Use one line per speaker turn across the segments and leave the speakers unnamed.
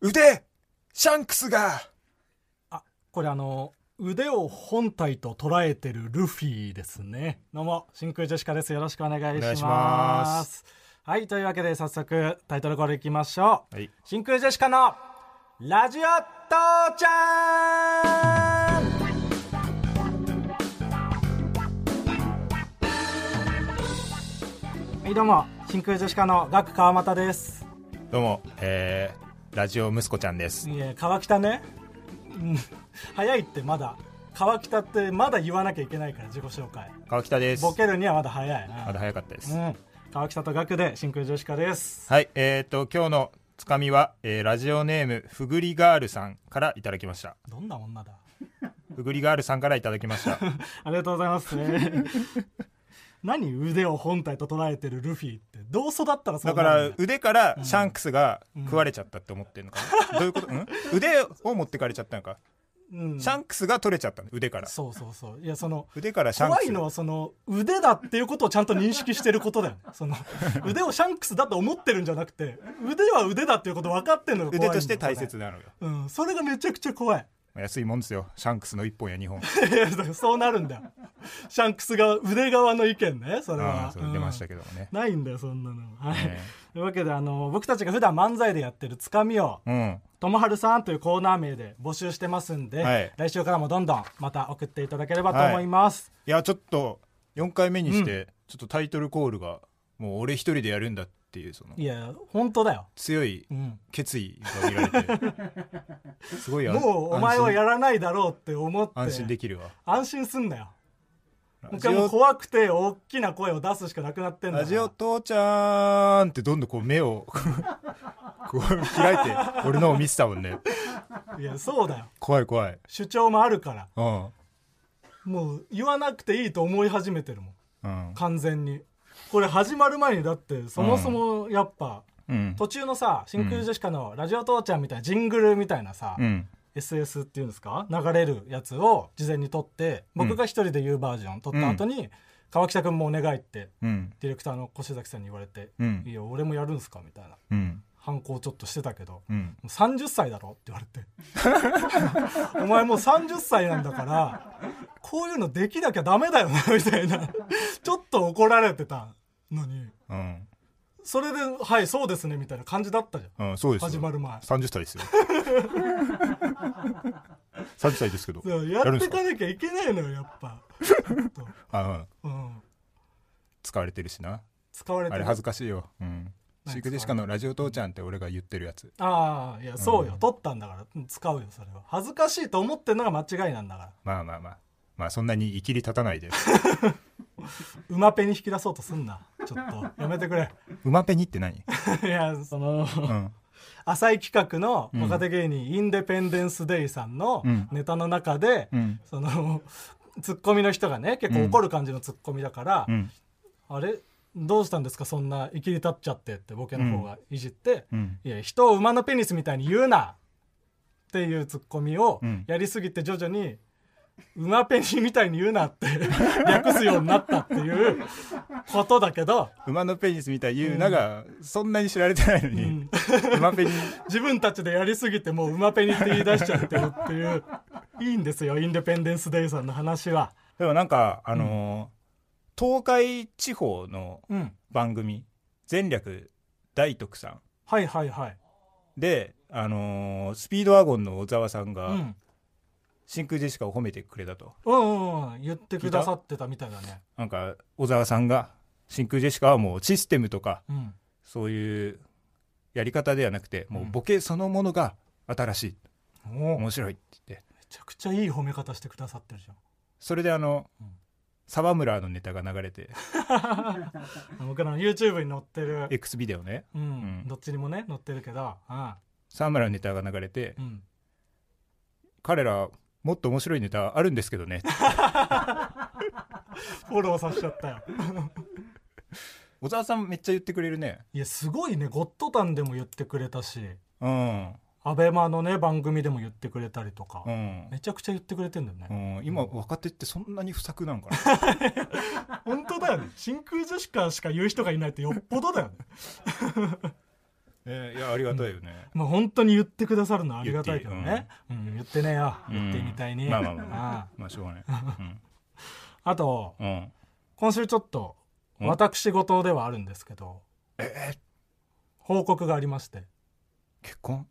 腕シャンクスが
あ、これあの、腕を本体と捉えてるルフィですね。どうも、真空ジェシカです。よろしくお願いします。
お願いします
はい、というわけで早速タイトルコールいきましょう。
はい
真空ジェシカのラジオ父ちゃんはい、どうも、真空ジェシカのガク川又です。
どうも、えー、ラジオ息子ちゃんです。
いや川北ね、うん、早いってまだ川北ってまだ言わなきゃいけないから自己紹介
川北です。
ボケるにはまだ早い
まだ
な、
早かったです。
うん、川北と学で真空ジェシカです
はい、えっ、ー、と、今日のつかみは、えー、ラジオネーム、ふぐりガールさんからいただきました。
どんな女だ
ふぐりガールさんからいただきました。
ありがとうございます、え ー何腕を本体と捉えてるルフィってどう育ったらそ
だ
うな
か
る
ら
ん、
腕からシャンクスが食われちゃったって思ってるのか な、どういうこと、うん、腕を持ってかれちゃったのか。
うん
シャンクスが取れちゃったの、腕から。
そうそうそういやその
腕からシャン
怖
ク
い
ス。
のはその腕だっていうことをちゃんと認識してることだよねそ の腕をシャンクスだと思ってるんじゃなくて腕は腕だっていうこと分かってんのが怖いん
腕
だよ
として大切なのよ。
うん、それがめちゃくちゃ怖い。
安いもんですよ。シャンクスの1本や2本。
いやだからそうなるんだよ。シャンクスが腕側の意見ね、それ
あ
は
あ、。そう出ましたけどもね
うん。ないんだよ、そんなの。はい。
ね
というわけで、あの、僕たちが普段漫才でやってるつかみを、
うん。
ともはるさんというコーナー名で募集してますんで、
はい
来週からもどんどんまた送っていただければと思います。
いやちょっと4回目にして、ちょっとタイトルコールがもう俺一人でやるんだっていうその
い、や、本当だよ。
強い
うん。
決意が見られて すごいあ
もうお前はや
安
らないだろうって思って、
心安心できるわ
安心すんなよ。もう
ラ
一
ジ
回もう
オ
怖くて大きな声を出すしかなくなってんだから
ラジオ父ちゃんってどんどんこう目を こう開いて俺のを見てたもんね
いや、そうだよ。
怖い怖い
主張もあるから。
うん
もう言わなくていいと思い始めてるもん
うん
完全にこれ始まる前にだってそもそもやっぱ、
うん
途中のさ真空ジェシカの「ラジオ父ちゃん」みたいなジングルみたいなさ、
うん
SS っていうんですか流れるやつを事前に撮って僕が一人で言うバージョン撮った後に、川北君もお願いって
うん
ディレクターの越崎さんに言われて
う
「い
ん
や俺もやるんすか?」みたいな
うん
反抗ちょっとしてたけど
うん
「もう30歳だろ?」って言われて「お 前もう30歳なんだからこういうのできなきゃダメだよな」みたいなちょっと怒られてたのに
うん
それで「はいそうですね」みたいな感じだったじゃん
うんそうですよ
始まる前
30歳 ですよ30歳ですけど
だからや
る
っ
んで
て
すか
かなきゃいけないのよやっぱ、
あうん
うん、
使われてるしな
使われて
あれ恥ずかしいよ、うん、
何
シークジェシカの「ラジオ父ちゃん」って俺が言ってるやつ
ああいやそうよ、取ったんだからうん使うよそれは恥ずかしいと思ってんのが間違いなんだから
まあまあまあまあそんなにいきり立たないで
馬ペに引き出そうとすんなちょっとやめてくれ
馬ペニって何、
いやその
うん、
浅い企画の若手芸人、インデペンデンス・デイさんの
うん
ネタの中で、
うん
そのツッコミの人がね結構怒る感じのツッコミだから、
うん
あれどうしたんですかそんな生きり立っちゃってってボケの方がいじって、
うん
いや人を馬のペニスみたいに言うなっていうツッコミを
うん
やりすぎて徐々に馬ペニみたいに言うなって 略すようになったっていうことだけど、
馬のペニスみたいに言うなが、そんなに知られてないの
う
に、
ん
馬 ペニ
自分たちでやりすぎてもう馬ペニって言い出しちゃってるっていういいんですよインデペンデンス・デイさんの話は
でもなんかあのー東海地方の
うん
番組「前略大徳さん
はいはいはい」
で、あのースピードワゴンの小沢さん
う
が、
ん
真空ジェシカを褒めてくれたと
うんうんうん言ってくださってたみたいだね
なんか小沢さんが真空ジェシカはもうシステムとか
うん
そういうやり方ではなくてもううんボケそのものが新しい、
おめ
面白いって言って
ちゃくちゃいい褒め方してくださってるじ
それであの、
うん
沢村のネタが流れて
ゃん僕らの YouTube に載ってる
X ビデオね
うん、
うん
どっちにもね載ってるけどうん
沢村のネタが流れて、
うん
彼らもっと面白いネタあるんですけどね
フォローさせちゃったよ
小沢さんめっちゃ言ってくれるね
いやすごいね「ゴッドタン」でも言ってくれたし
うん
アベマのね番組でも言ってくれたりとか、
うん、
めちゃくちゃ言ってくれてんだよね、
うん、今若手ってそんなに不作 なんかな
本当だよね真空ジェシカしか言う人がいないってよっぽどだよね
えーいやありがたいよね、
まあ本当に言ってくださるのはありがたいけどね言って,、うん言ってねえよ
うん
言ってみたいに、
まあまあまあ
あ
まあしょうがない
ああと
うん、うん、
今週ちょっと
うん
私事ではあるんですけど報告がありまして
結婚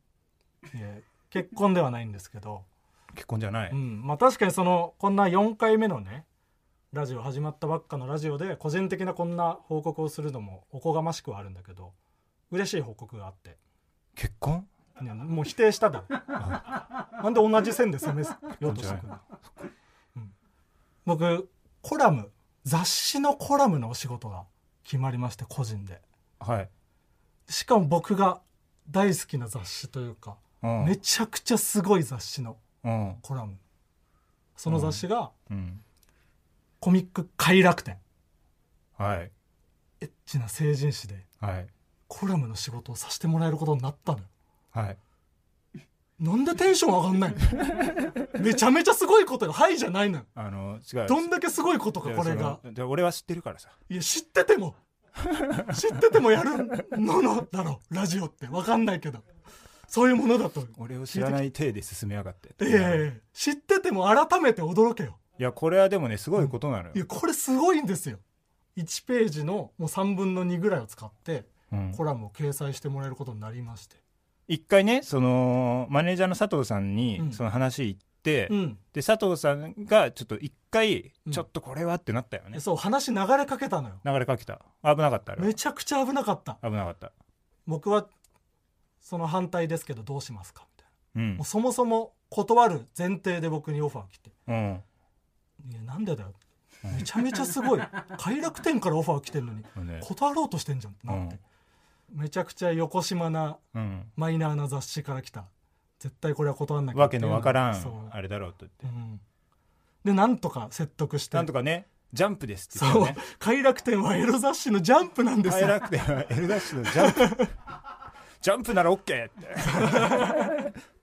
いえ結婚ではないんですけど、
結婚じゃない、
うんまあ、確かにそのこんな4回目のねラジオ始まったばっかのラジオで個人的なこんな報告をするのもおこがましくはあるんだけど嬉しい報告があって、
結婚
ね、もう否定しただろなんで同じ線で攻めようとしてくるの、うん僕コラム雑誌のコラムのお仕事が決まりまして個人で
はい、
しかも僕が大好きな雑誌というか
うん、
めちゃくちゃすごい雑誌の
うん
コラムその雑誌が
うん
コミック快楽天
はい
エッチな成人誌で
はい
コラムの仕事をさせてもらえることになったのよ
はい
なんでテンション上がんないのめちゃめちゃすごいことよはいじゃないのよ
あの違う
どんだけすごいことか
いや
これが
そので俺は知ってるからさ
いや知って ても知っててもやるものだろラジオって分かんないけどそういうものだと
俺を知らない体で進めやがって
いやいやいや知ってても改めて驚けよ
いやこれはでもねすごいことなの
い
よ
や、これすごいんですよ。1ページのもう3分の2ぐらいを使って、
うん
コラムを掲載してもらえることになりまして。
一回ねそのマネージャーの佐藤さん
う
に
ん
その話言って、
うん。
で佐藤さんがちょっと一回、
うん
ちょっとこれはってなったよね
そう、話流れかけたのよ。
流れかけた危なかったあれは
めちゃくちゃ危なかった。
危なかった
僕は、その反対ですけどどうしますかみたいな。
うん
もうそもそも断る前提で僕にオファー来て。
うん
いや、なんでだよ。めちゃめちゃすごい。快楽天からオファー来てんのに、
もうね
断ろうとしてんじゃんってなって。めちゃくちゃ横島な
うん
マイナーな雑誌から来た。絶対これは断んなきゃ
わけのわから
そう。
んあれだろうと言って、
うんでなんとか説得して
なんとかねジャンプですって言った
そ
よ
う
ね
快楽天はエロ雑誌のジャンプなんです
帰
よ
らくてはエルダッシュのジャンプジャンプなら OK って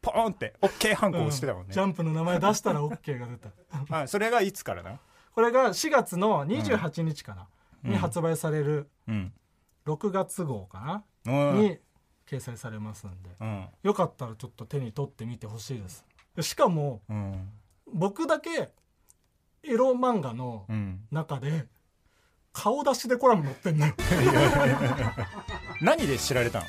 ポーンって OK 反抗してたもん
うん
ね
ジ、ャンプの名前出したら OK が出た
あそれがいつからな
これが4月の28日かな、
うん
に発売される
うん
6月号か
う
な、
ん
に掲載されますんで
うん
よかったらちょっと手に取ってみてほしいですしかも
うん
僕だけエロ漫画の
うん
中で顔出しでコラム載ってんのよ
何で知られたの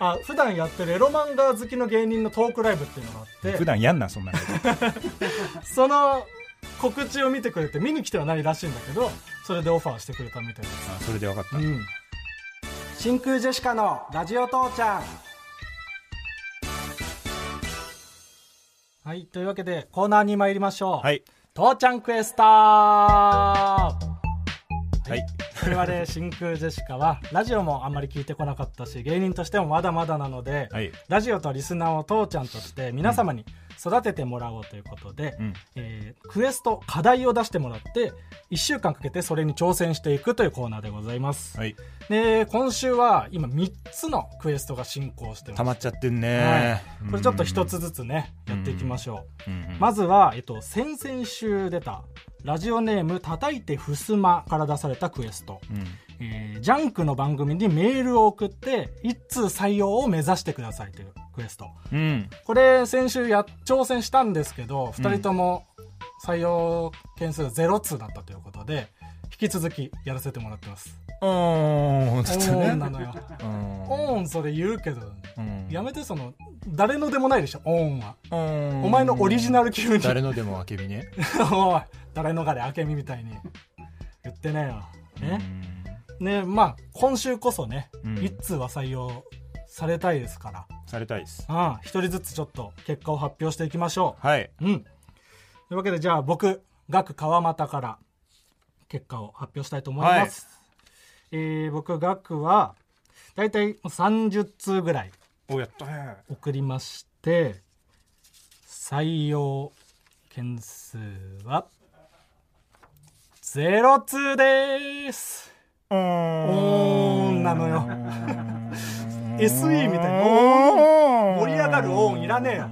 あ普段やってるエロ漫画好きの芸人のトークライブっていうのがあって
普段やんなそんなの
その告知を見てくれて見に来てはないらしいんだけどそれでオファーしてくれたみたいです
あそれで分かった、
ん真空ジェシカのラジオ父ちゃんはいというわけでコーナーに参りましょう、
はい
父ちゃんクエス トは
はい
我々真空ジェシカはラジオもあんまり聞いてこなかったし芸人としてもまだまだなので、
はい
ラジオとリスナーを父ちゃんとして皆様に育ててもらおうということで、
うん
えークエスト課題を出してもらって1週間かけてそれに挑戦していくというコーナーでございます、
はい
で今週は今3つのクエストが進行し
溜
てます
まっちゃってん
は
ね、
い、これちょっと一つずつね、やっていきましょう、
うんうん、
まずは、えっと、先々週出たラジオネーム叩いてふすまから出されたクエスト、
うん
えージャンクの番組にメールを送って一通採用を目指してくださいというクエスト
うん
これ先週や挑戦したんですけど2人とも採用件数が0通だったということで引き続きやらせてもらってます
うん
お
ちょっと
ーんな
ね
のよ
うん
おーんそれ言うけど
うん
やめてその誰のでもないでしょおーんは
うん
お前のオリジナル級に
誰のでもあけびね
おい誰のかであけみみたいに言ってねえよね
うん
ねまあ今週こそね、
うん
一通は採用されたいですから
されたいです
ああ一人ずつちょっと結果を発表していきましょ
はいう
うんというわけでじゃあ僕岳川又から結果を発表したいと思います、えー僕岳はだいたい30通ぐらい
おやったね
送りまして採用件数は0通です
うー
おーんなのよ SE みたいな
おーん
盛り上がるオーンいらねえよ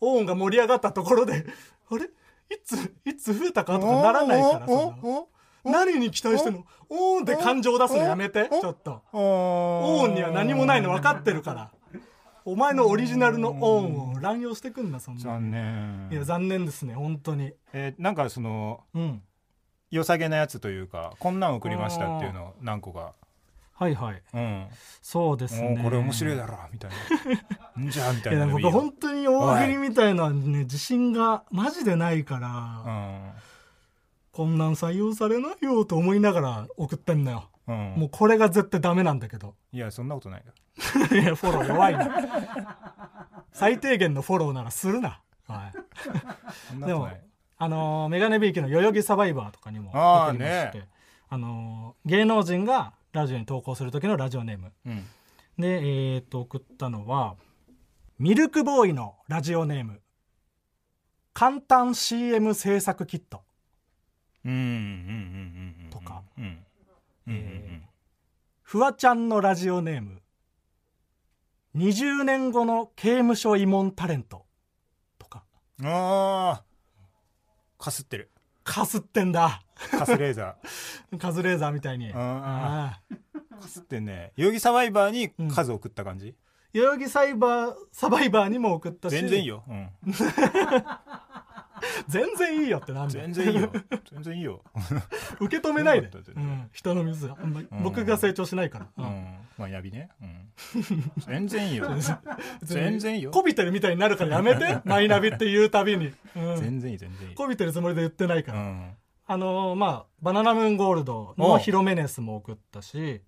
オーンが盛り上がったところであれいついつ増えたかとかならないからそんな
お
何に期待してんのオーンって感情出すのやめてち
お
ょっと
オ
オーンには何もないの分かってるからお前のオリジナルのオーンを乱用してくんなそんな
残念
いや残念ですね本当に
えーなんかその
うん
良さげなやつというかこんなん送りましたっていうの何個か
はいはい
うん
そうです
もう
ね
これ面白いだろみたい なんじゃあみた
い
いな
や
のもいい
僕
よ
本当に大喜利みたいなね自信がマジでないから、
うん
こんなん採用されないよと思いながら送ってんのよ、
うん
もうこれが絶対ダメなんだけど
いやそんなことないよ
いやフォロー弱いな最低限のフォローならするな、は
そん
い、
な
で
こと
も
ない
あのーメガネビーキの代々木サバイバーとかにも
あー
送りましてあ、
ね
のー芸能人がラジオに投稿する時のラジオネーム
うん
で、えーっと送ったのはミルクボーイのラジオネーム簡単 CM 制作キット
うんうんうんうんうん
とか
うんうんうんうん
フワちゃんのラジオネーム20年後の刑務所慰問タレントとか
あーかすってる
かすってんだ
かすレーザ
カズレーザーみたいに
ーうん
ああ
かすってんね代々木サバイバーに数送った感じ
代々木サイバーサバイバーにも送ったし
全然いいようん
全然いいよってなんで
全然いい よ全然いいよ
受け止めないで、
全然
う
よ
ん、人のミス、あんまり
うん
僕が成長しないから、
う
うん
んまあやびねうん全然いい よ全然いいよ
こびてるみたいになるからやめ てマイナビって言うたびに、うん、
全然いい全然いい
こびてるつもりで言ってないか
う
ら、
ん
あのーまあバナナムーンゴールドのヒロメネスも送ったし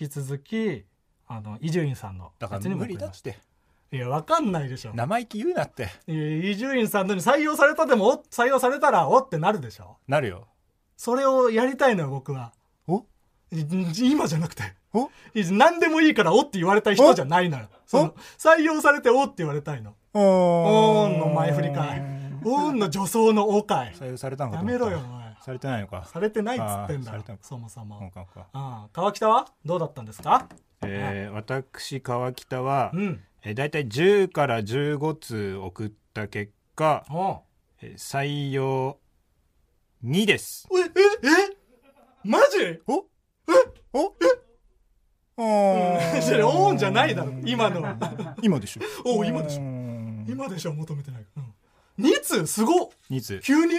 引き続きあの伊集院さんの
だから
にも
無
送
理
り
だ
ま
っ
してたいやわかんないでしょ
生意気言うなって
いや伊集院さんのに採用されたでもお採用されたらおってなるでしょ
なるよ
それをやりたいのよ僕は
お
い今じゃなくて
お
い何でもいいからおって言われたい人じゃないのよその採用されておって言われたいの
お
おーんの前振りかいおーんの女装のお かい
採用されたのか
や
と思
め
った
ろよお前
されてないのか
されてないっつってん
あーされ
だよ
てない
そもそも、
そうかそうか
ああ川北はどうだったんですか
えー私川北は
うん
えー大体10から15通送った結果
おう
えー採用2です
えええマジ
おおえ
それオンじゃないだろ今の
今でしょ
お今でしょ
ょ
今でしょ求めてないから、うん、2通すごっ
2通
急に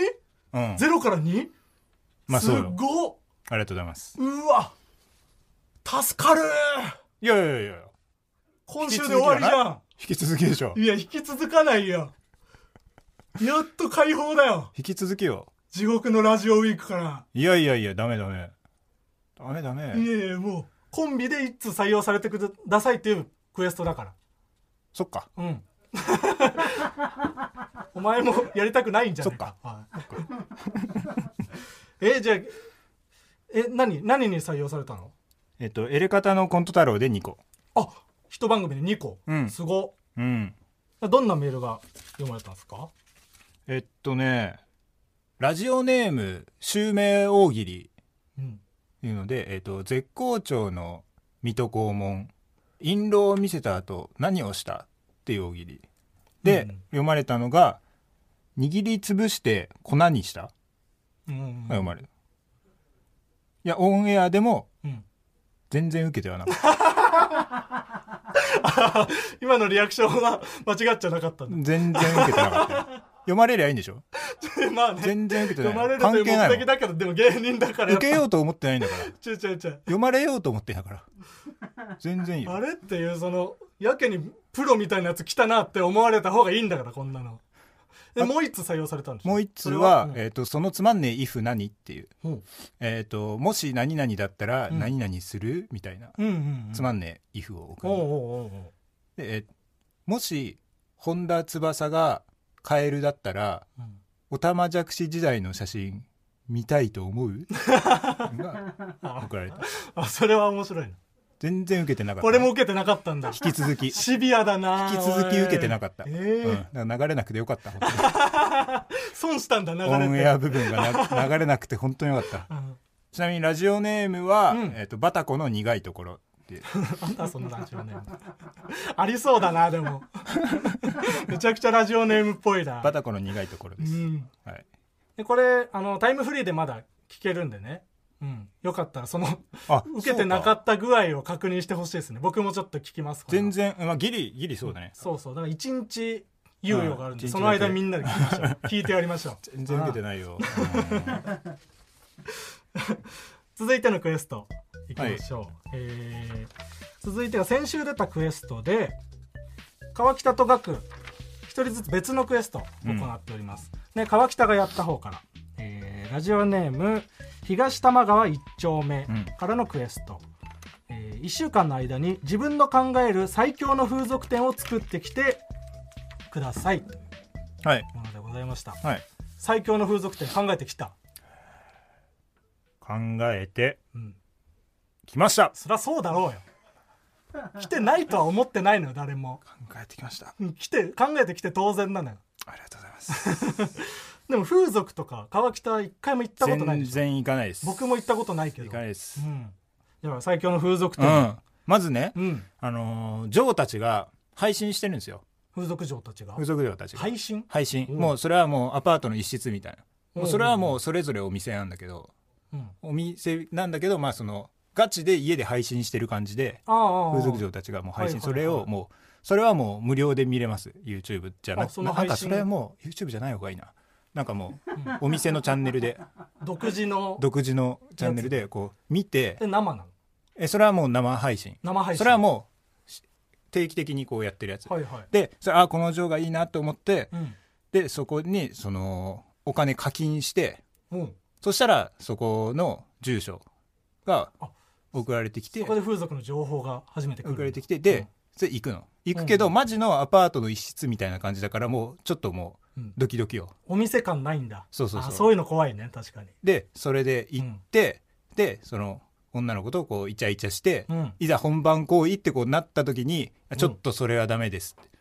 うん
ゼロから 2?
まあ
す
そう
っ
よ
ごっ
ありがとうございます
うわ助かる
いやいやいやいや
今週で終わりじゃん
引き続きでしょ
いや引き続かないよやっと解放だよ
引き続きよ
地獄のラジオウィークから
いやいやいやダメダメダメダ
い
メ
やいやもうコンビで一通採用されてくださいっていうクエストだから
そっか
うん。 お前もやりたくないんじゃないはいえ、じゃあ、え、何、何に採用されたの
えっとエレカタのコント太郎で2個
あ一番組で2個。
うん
すご。
うん
どんなメールが読まれたんですか
えっとねラジオネーム襲名大喜利
うん。
いうので、えっと絶好調の水戸黄門印籠を見せた後何をしたっていう大喜利で、
うん
読まれたのが握りつぶして粉にした
うん。
が読まれる、いやオンエアでも
うん
全然受けてはなか った
今のリアクションは 間違っちゃなかったん
全然受けてなかったよ読まれりゃいいんでしょ
だ。 まあね。
全然受けて
読
な
ま
い
れるとい
関
う
係ないも
目的
ん
だけど、でも芸人だからや
受
っぱ。
けようと思ってないんだから
ちょいちょいちょい。
読まれようと思ってんだから全然いい
あ
よ
れっていうそのやけにプロみたいなやつ来たなって思われた方がいいんだからこんなので
あ
もう一つ採用されたんでしょ
もう一つ
それ
は
うん
えーと「そのつまんねえ if 何?」っていう
ほう
えーと「もし何々だったら
うん
何々する?」みたいな
うんうんうん
つまんねえ if を送
おうお
る
うおうおう
でえーもし本田翼がカエルだったら
うん
おたまじゃくし時代の写真見たいと思うが
あ
送られた
あそれは面白いな
全然受けてなかった
これも受けてなかったんだ
引き 続き
シビアだな
引き続き受けてなかった、
ええ
うん、だから流れなくてよかった本
損した んだ流
当にオン
れ
エ
て
ア部分がな流れなくて本当によかった
うん
ちなみにラジオネームは、
うん
えっとバタコの苦いところっていう
あんたそんなラジオネームありそうだなで もめちゃくちゃラジオネームっぽいな
バタコの苦いところ
う
です、
ん
はい、
でこれあのタイムフリーでまだ聞けるんでね、うん、よかったら その
あ
受けてなか
た
った具合を確認してほしいですね僕もちょっと聞きますこれは
全然、まあ、ギリギリそうだね
そうそうだから一日猶予があるんで、
うん
その間
一日だけ
みんなで聞きま しょう聞いてやりましょう
全然受けてないよ
続いてのクエストいきましょう、えー続いては先週出たクエストで川北と岳一人ずつ別のクエストを行っております、ね川北がやった方から、えーラジオネーム東多摩川一丁目
うん
からのクエスト、え1週間の間に自分の考える最強の風俗店を作ってきてくださいとい
うんはいう
ものでございました
はい
最強の風俗店考えてきた
考えて
うん
きました
そりゃそうだろうよ来てないとは思ってないのよ誰も
考えてきました
うん来て考えてきて当然なのよ
ありがとうございます
でも風俗とか川北は一回も行ったことない
全
でしょ
然行かないです
僕も行ったことないけど
行かないです
うんだから最強の風俗
う
店
んまずね
うん、
あのージョーたちが配信してるんですよ
風俗嬢たちが
風俗ジョーたちが
配信
配信
うん
もうそれはもうアパートの一室みたいなもうそれはも
う
うそれぞれお店なんだけど
ん、うん
お店なんだけどまあそのガチで家で配信してる感じで
ああああ
風俗嬢たちがもう配信
はい
そ
はいは
れ
い
をもうそれはもう無料で見れます YouTube じゃな
あ
く
そ
な
の
なん
配信
かそれはもう YouTube じゃない方がいいななんかも
うん
うお店のチャンネル で
独自の
独自のチャンネルでこう見て
で生なの
えそれはもう生配信
生配信
それはもうし定期的にこうやってるやつ
はいはい、
でそれあこの嬢がいいなと思って
うん
でそこにそのお金課金して
うん、
そしたらそこの住所が
あ
送られてきて
そこで風俗の情報が初めて来る
送られてきてで、それ行くの行くけど、
うん
マジのアパートの一室みたいな感じだからもうちょっともう
うん
ドキドキよ
お店感ないんだ
そうそうそう
あそういうの怖いね確かに
でそれで行って、でその女の子とこうイチャイチャして、
うん
いざ本番行為ってこうなった時にあちょっとそれはダメですって、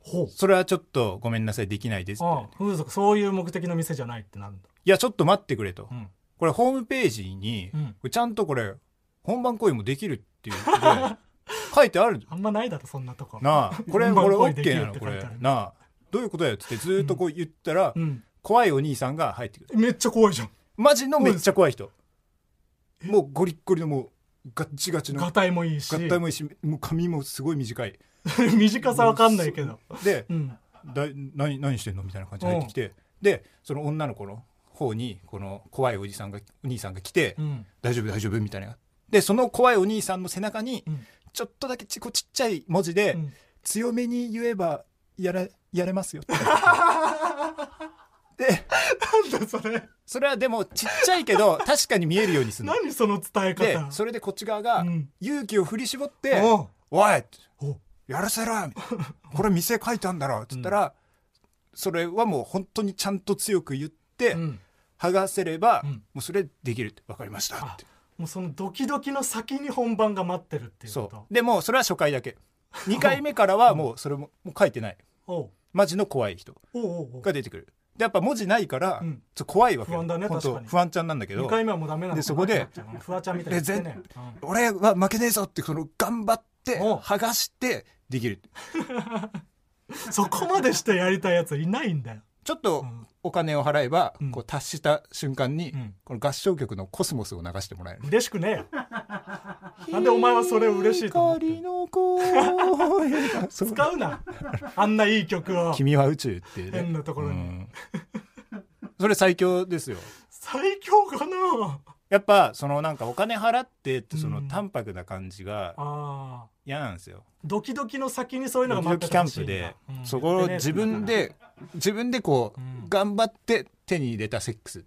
ほう
それはちょっとごめんなさいできないですって
ああ風俗そういう目的の店じゃないってなるんだ
いやちょっと待ってくれと、
うん
これホームページに、
うん
これちゃんとこれ本番行為もできるっていうことで 書いてある
あんまないだろそんなとこ
なあこれ
本番
これ
行為でき
OK
る
な
っ
の
て
こ
書い
れ
てある
なあどういうことだよっつってずーっとこう言ったら、
うん
怖いお兄さんが入ってくる
めっちゃ怖いじゃん
マジのめっちゃ怖い人もうゴリッゴリのもうガッチガチの
ガ
合
タイもいいし
体もいいしもう髪もすごい短い
短さわかんないけど
で
うん
だ何何してんのみたいな感じで入ってきてでその女の子の方にこの怖いおじさんがお兄さんが来て
うん
「大丈夫大丈夫」みたいなでその怖いお兄さんの背中に
うん
ちょっとだけちこうちっちゃい文字で
うん
「強めに言えばやれやれ ますよ」で
なんだそれ
それはでもちっちゃいけど確かに見えるようにするの。
何その伝え
で
方
それでこっち側が
うん
勇気を振り絞って
おう
「おい!」
おう
やらせろみたいなこれ店書いたんだろっつったら、それはもう本当にちゃんと強く言って、
うん
剥がせれば、
うん
もうそれできるって分かりましたって
もうそのドキドキの先に本番が待ってるっていうこ
そ
と
うでもうそれは初回だけ2回目からはもうそれももう書いてない
おう
マジの怖い人
おうおうおう
が出てくるでやっぱ文字ないから、
うん
ちょっと怖いわけよ
不安だね
本当
確かに
不安ちゃんなんだけど
2回目はもうダメなの
でそこで
フワちゃんみたいに言ってね
俺は負けねえぞってその頑張って
お
剥がしてできる
うんそこまでしてやりたいやついないんだよ
ちょっと
うん
お金を払えば、
うん
こう達した瞬間に、
うん
この合唱曲の「コスモス」を流してもらえる
嬉しくねえよなんでお前はそれを嬉しいと思ってる
光の声そう
使 うなあんないい曲を
君は宇宙っていうね
変なところに
うんそれ最強ですよ
最強かな
やっぱそのなんかお金払ってってそうの
ん
淡白な感じが
あー
嫌なんですよ
ドキドキの先にそういうのが
ド
待
キ
っ
ド
て
キキャ
た
ン
しい
プ
ん
で
だうん
そこを
やってねえ
自分で自分でこう
うん
頑張って手に入れたセックス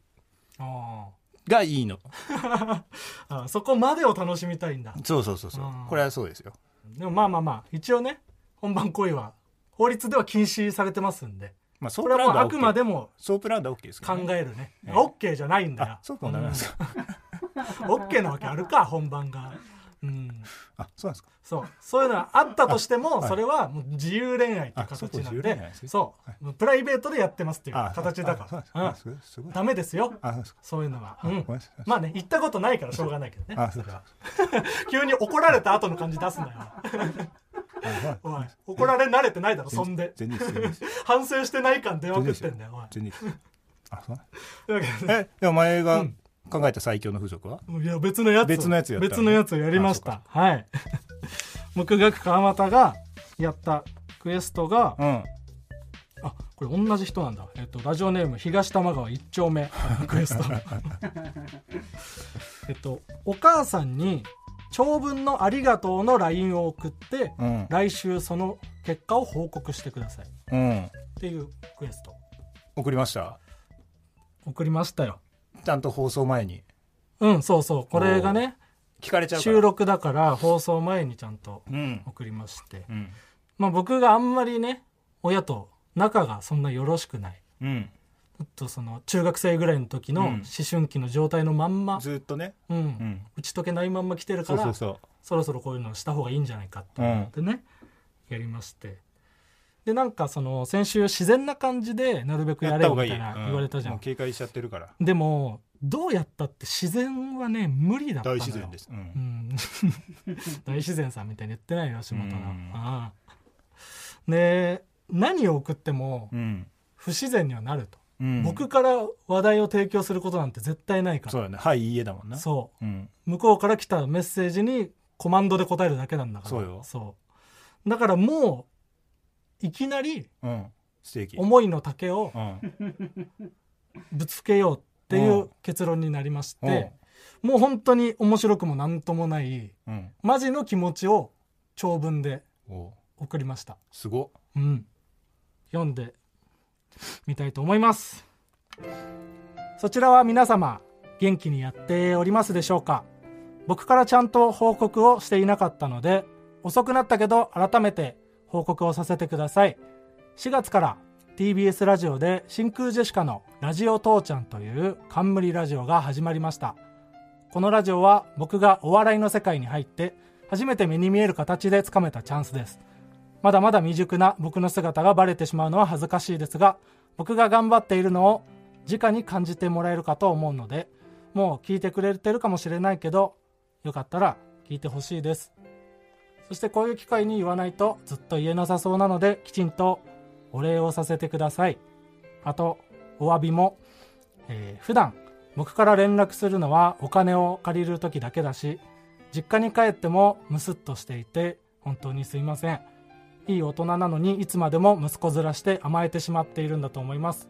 あ
がいいの
ーあーそこまでを楽しみたいんだ
そうそうそうそう
うん
これはそうですよ
でもまあまあまあ一応ね本番行為は法律では禁止されてますんで
まあソー
こ
プ
れ
ラン
はもう
ドは
あくま
OK
でも
ソープランドは OK ですけ
考
どね
えるね
ええ
オッケーじゃないんだよ
あそうかもダメなんですか
オッケーなわけあるか本番がうん
あそうなんですか
そうそういうのはあったとしても
はい
それはもう自由恋愛という
あそう
形
か
な
自
ん
由恋愛
で
ですね
そうもうプライベートでやってますっていう
あ
形だ
あそう
か
なん
ら
ですかあすご
う
い
んダメですよ
あそうですか
そういうのは、
あご
う
め
ん
んなさい
まあね行ったことないからしょうがないけどね
あ
そ
そう
れは急に怒られた後の感じ出すなよ
あ
おい怒られ慣れてないだろそんで
全然全然です
反省してない感電話
全然
食
で
っ
す
てんだよおい
全然ですあそうなの
というわけでね
えでお前が
うん
考えた最強の風俗はい
や別のやつを
別のやつやったの
別のやつをやりましたはい 木学川又がやったクエストが、
うん
あこれ同じ人なんだ、えっと、ラジオネーム東玉川一丁目クエス トえっとお母さんに長文の「ありがとう」の LINE を送って、
うん
来週その結果を報告してくださいっ
うん
ていうクエスト
送りました
送りましたよ
ちゃんと放送前に
うんそうそうこれがね
聞かれちゃうから
収録だから放送前にちゃんと
うん
送りまして、
うん
まあ、僕があんまりね親と仲がそんなよろしくない
うん
ちょっとその中学生ぐらいの時の
うん
思春期の状態のまんま、
ずっとね
うん
うん
打ち解けないまんま来てるか
そう
ら
そ
そう
そ
ろそろこういうのをした方がいいんじゃないかっていうのでね、やりましてでなんかその先週自然な感じでなるべく
う
や
やっ
れ
た
み
方
た
がい
い
い
な
うん
言われたじゃん
もう警戒しちゃってるから
でもどうやったって自然はね無理だったの
大
よ
自然ですう
うんん 大自然さんみたいに言ってないよ吉本が
うん
ああで何を送っても
うん
不自然にはなると、
うん
僕から話題を提供することなんて絶対ないから
そうだねはいいいえだもんな
そ
うん
う向こうから来たメッセージにコマンドで答えるだけなんだから
そうよ
そうだからもういきなり
うんステーキ
思いの丈を
うん
ぶつけようっていううん結論になりまし
う
てもう本当に面白くも何ともない
ん
マジの気持ちを長文で
うんお
送りました
すごっ
うん読んでみたいと思いますそちらは皆様元気にやっておりますでしょうか僕からちゃんと報告をしていなかったので遅くなったけど改めて報告をさせてください4月から TBS ラジオで真空ジェシカの「ラジオ父ちゃん」という冠ラジオが始まりましたこのラジオは僕がお笑いの世界に入って初めて目に見える形でつかめたチャンスですまだまだ未熟な僕の姿がバレてしまうのは恥ずかしいですが、僕が頑張っているのを直に感じてもらえるかと思うので、もう聞いてくれてるかもしれないけど、よかったら聞いてほしいです。そしてこういう機会に言わないとずっと言えなさそうなので、きちんとお礼をさせてください。あと、お詫びも、えー普段僕から連絡するのはお金を借りる時だけだし、実家に帰ってもムスッとしていて、本当にすいません。いい大人なのにいつまでも息子面して甘えてしまっているんだと思います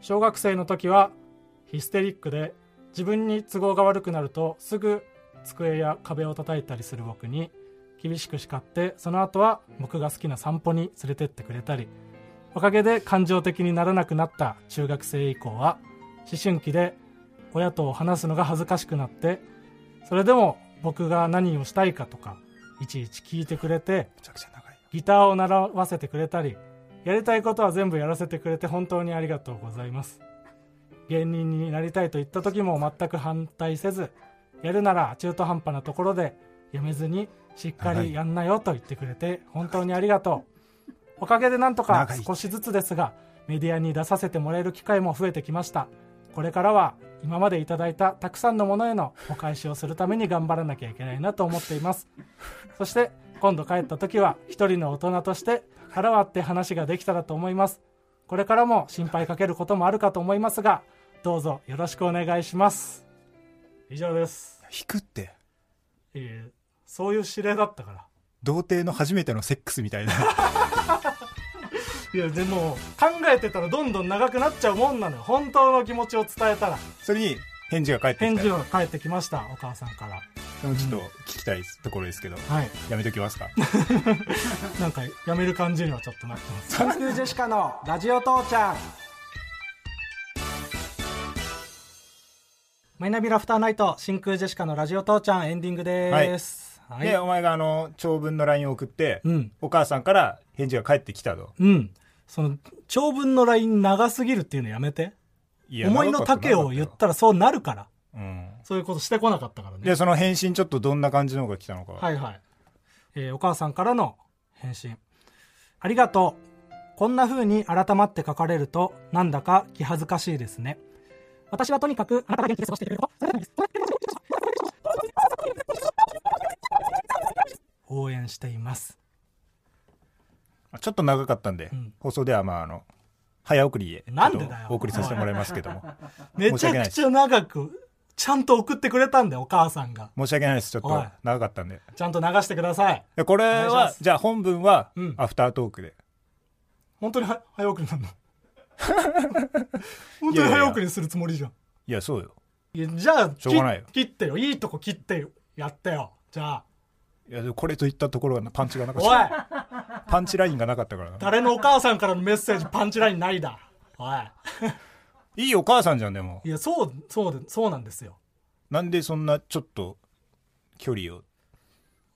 小学生の時はヒステリックで自分に都合が悪くなるとすぐ机や壁を叩いたりする僕に厳しく叱ってその後は僕が好きな散歩に連れてってくれたりおかげで感情的にならなくなった中学生以降は思春期で親と話すのが恥ずかしくなってそれでも僕が何をしたいかとかいちいち聞いてくれて
めちゃくちゃ長い
ギターを習わせてくれたり、やりたいことは全部やらせてくれて本当にありがとうございます。芸人になりたいと言った時も全く反対せず、やるなら中途半端なところでやめずにしっか
長
り
い
やんなよと言ってくれて本当にありがとう。おかげでなんとか
長い
少しずつですが、メディアに出させてもらえる機会も増えてきました。これからは今までいただいたたくさんのものへのお返しをするために頑張らなきゃいけないなと思っています。そして今度帰った時は一人の大人として腹割って話ができたらと思います。これからも心配かけることもあるかと思いますが、どうぞよろしくお願いします。以上です。
引くって
えーそういう指令だったから。
童貞の初めてのセックスみたいな
いや、でも考えてたらどんどん長くなっちゃうもんなのよ。本当の気持ちを伝えたら。
それに返事が返ってき
返
た
事
よ
が返ってきました、お母さんから。
でもちょっと聞きたいところですけど
はい。
やめときますか
なんかやめる感じにはちょっとなってます。
真空ジェシカのラジオ父ちゃん
マイナビラフターナイト真空ジェシカのラジオ父ちゃんエンディングです。はい。
でお前があの長文の LINE を送って、
うん。
お母さんから返事が返ってきたと
うん。その、長文のライン長すぎるっていうのやめて。
いや
思いの
長かった
丈を言っ
長か
たらそうなるから。
たようん
そういうことしてこなかったからね
で。その返信ちょっとどんな感じのが来たのか、
はいはい。えーお母さんからの返信。ありがとう。こんな風に改まって書かれると、なんだか気恥ずかしいですね。私はとにかく、あなたが元気で過ごしてくれることそれだけです応援しています。
ちょっと長かったんで、
ん
放送ではまああの早送りで
なんでだよ
ちょっとお送りさせてもらいますけども
めちゃくちゃ長くちゃんと送ってくれたんでお母さんが
申し訳ないですちょっ
おい
と長かったんで
ちゃんと流してください
でこれ
お願いしま
は
す
じゃあ本文は
うん
アフタートークで、
本当には早送りなの本当に早送りするつもりじゃん
いやそうよ
いやじゃあ
しょうがないよ
切切ってよいいとこ切ってやってよじゃあ
いやでもこれといったところがパンチがなかっ
おい
たパンチラインがなかったからな
誰のお母さんからのメッセージパンチラインないだおい
いいお母さんじゃんでも
いやそうそうでそうなんですよ
なんでそんなちょっと距離を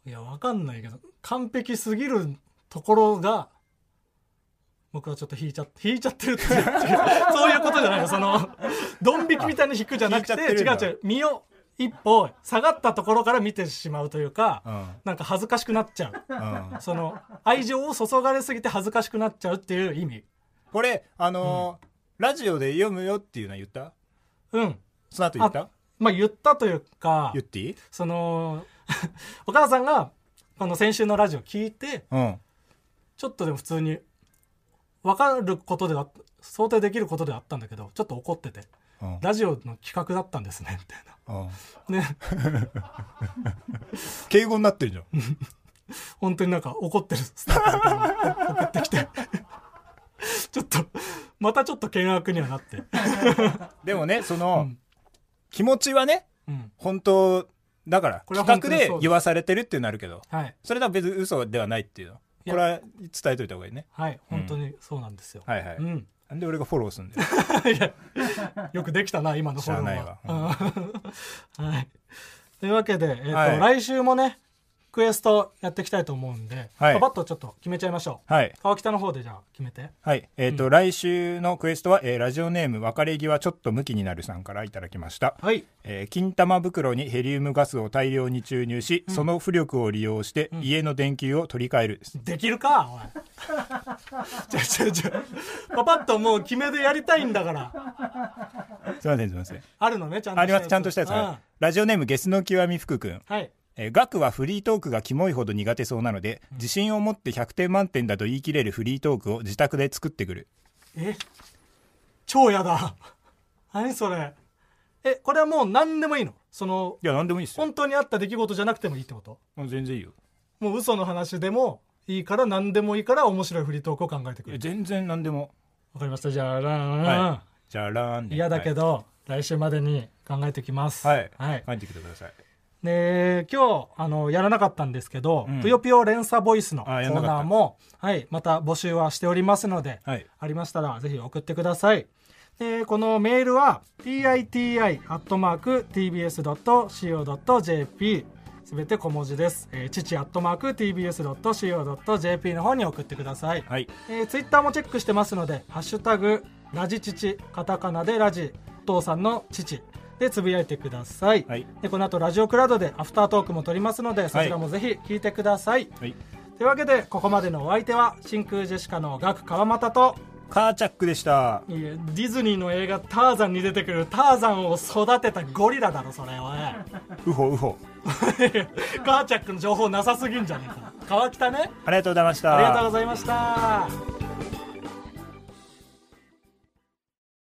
いやわかんないけど完璧すぎるところが僕はちょっと引いちゃ引いちゃってるっていう違うそういうことじゃないよそのドン引きみたいに引くじゃなくて
引いちゃってる
違
んだ
う違う身を一歩下がったところから見てしまうというか、
うん
なんか恥ずかしくなっちゃう
うん
その愛情を注がれすぎて恥ずかしくなっちゃうっていう意味
これあのーラジオで読むよっていうのは言った
うん
その後言った
まあ言ったというか
言っていい
その お母さんがこの先週のラジオ聞いて
うん
ちょっとでも普通に分かることでは想定できることではあったんだけどちょっと怒ってて
うん
「ラジオの企画だったんですね」みたい
うん
なね
敬語になってるじゃん
本当になんか怒ってるスタッフみたいなの送ってきてちょっとまたちょっと険悪にはなって、
でもねその、気持ちはね
うん、
本当だから
これは本
企画
当に
で
そうです
言わされてるっていうのあるけど
はい
それとは別に嘘ではないっていうのこれ
いや
は伝えといた方がいいね
はい本当にそうなんですよ、
はいはい、
うん
なんで俺がフォローすんだよ
いやよくできたな今のフォローは
しゃあない
はい、というわけで、えーと
はい
来週もねクエストやっていきたいと思うんで、
はい
パパッとちょっと決めちゃいましょう、
はい
川北の方でじゃあ決めて
はいえっ、と、来週のクエストは、えーラジオネーム別れ際ちょっとムキになるさんからいただきました
はい
えー金玉袋にヘリウムガスを大量に注入し、その浮力を利用して家の電球を取り替えるです、
できる かおいちょちょちょパパッともう決めでやりたいんだから
すいませんすいません
あるのねちゃんと
ありますちゃんとしたやつ、
うん
はいラジオネームゲスの極み福君
はい
えーガクはフリートークがキモいほど苦手そうなので、自信を持って100点満点だと言い切れるフリートークを自宅で作ってくる
え超やだ何それえこれはもう何でもいいのその
いや何でもいいですよ
本当にあった出来事じゃなくてもいいってこと
全然いいよ
もう嘘の話でもいいから何でもいいから面白いフリートークを考えてく
いや
る
全然何でも、
わかりましたじゃあラン、
はいじゃあラーンね
嫌だけど、来週までに考えてきます
はい、
は
はい
い、
書いてきてください
で今日あのやらなかったんですけど「
うん
ぷよぷよ連鎖ボイス」のコ
あや
ー
らなかった
ナーも、はい、また募集はしておりますので、
はい
ありましたらぜひ送ってくださいでこのメールは titi.tbs.co.jp すべて小文字です、えー、父 .tbs.co.jp の方に送ってください、
はい
えー、ツイッターもチェックしてますので「ハッシュタグラジ父」カタカナでラジお父さんの父でつぶやいてください、
はい
でこの後ラジオクラウドでアフタートークも撮りますのでそちらもぜひ聞いてください、
はい
というわけでここまでのお相手は真空ジェシカのガク川又と
カーチャックでした
いやディズニーの映画「ターザン」に出てくるターザンを育てたゴリラだろそれおい
うほうほ
ガーチャックの情報なさすぎんじゃねえか川北ね
ありがとうございました
ありがとうございました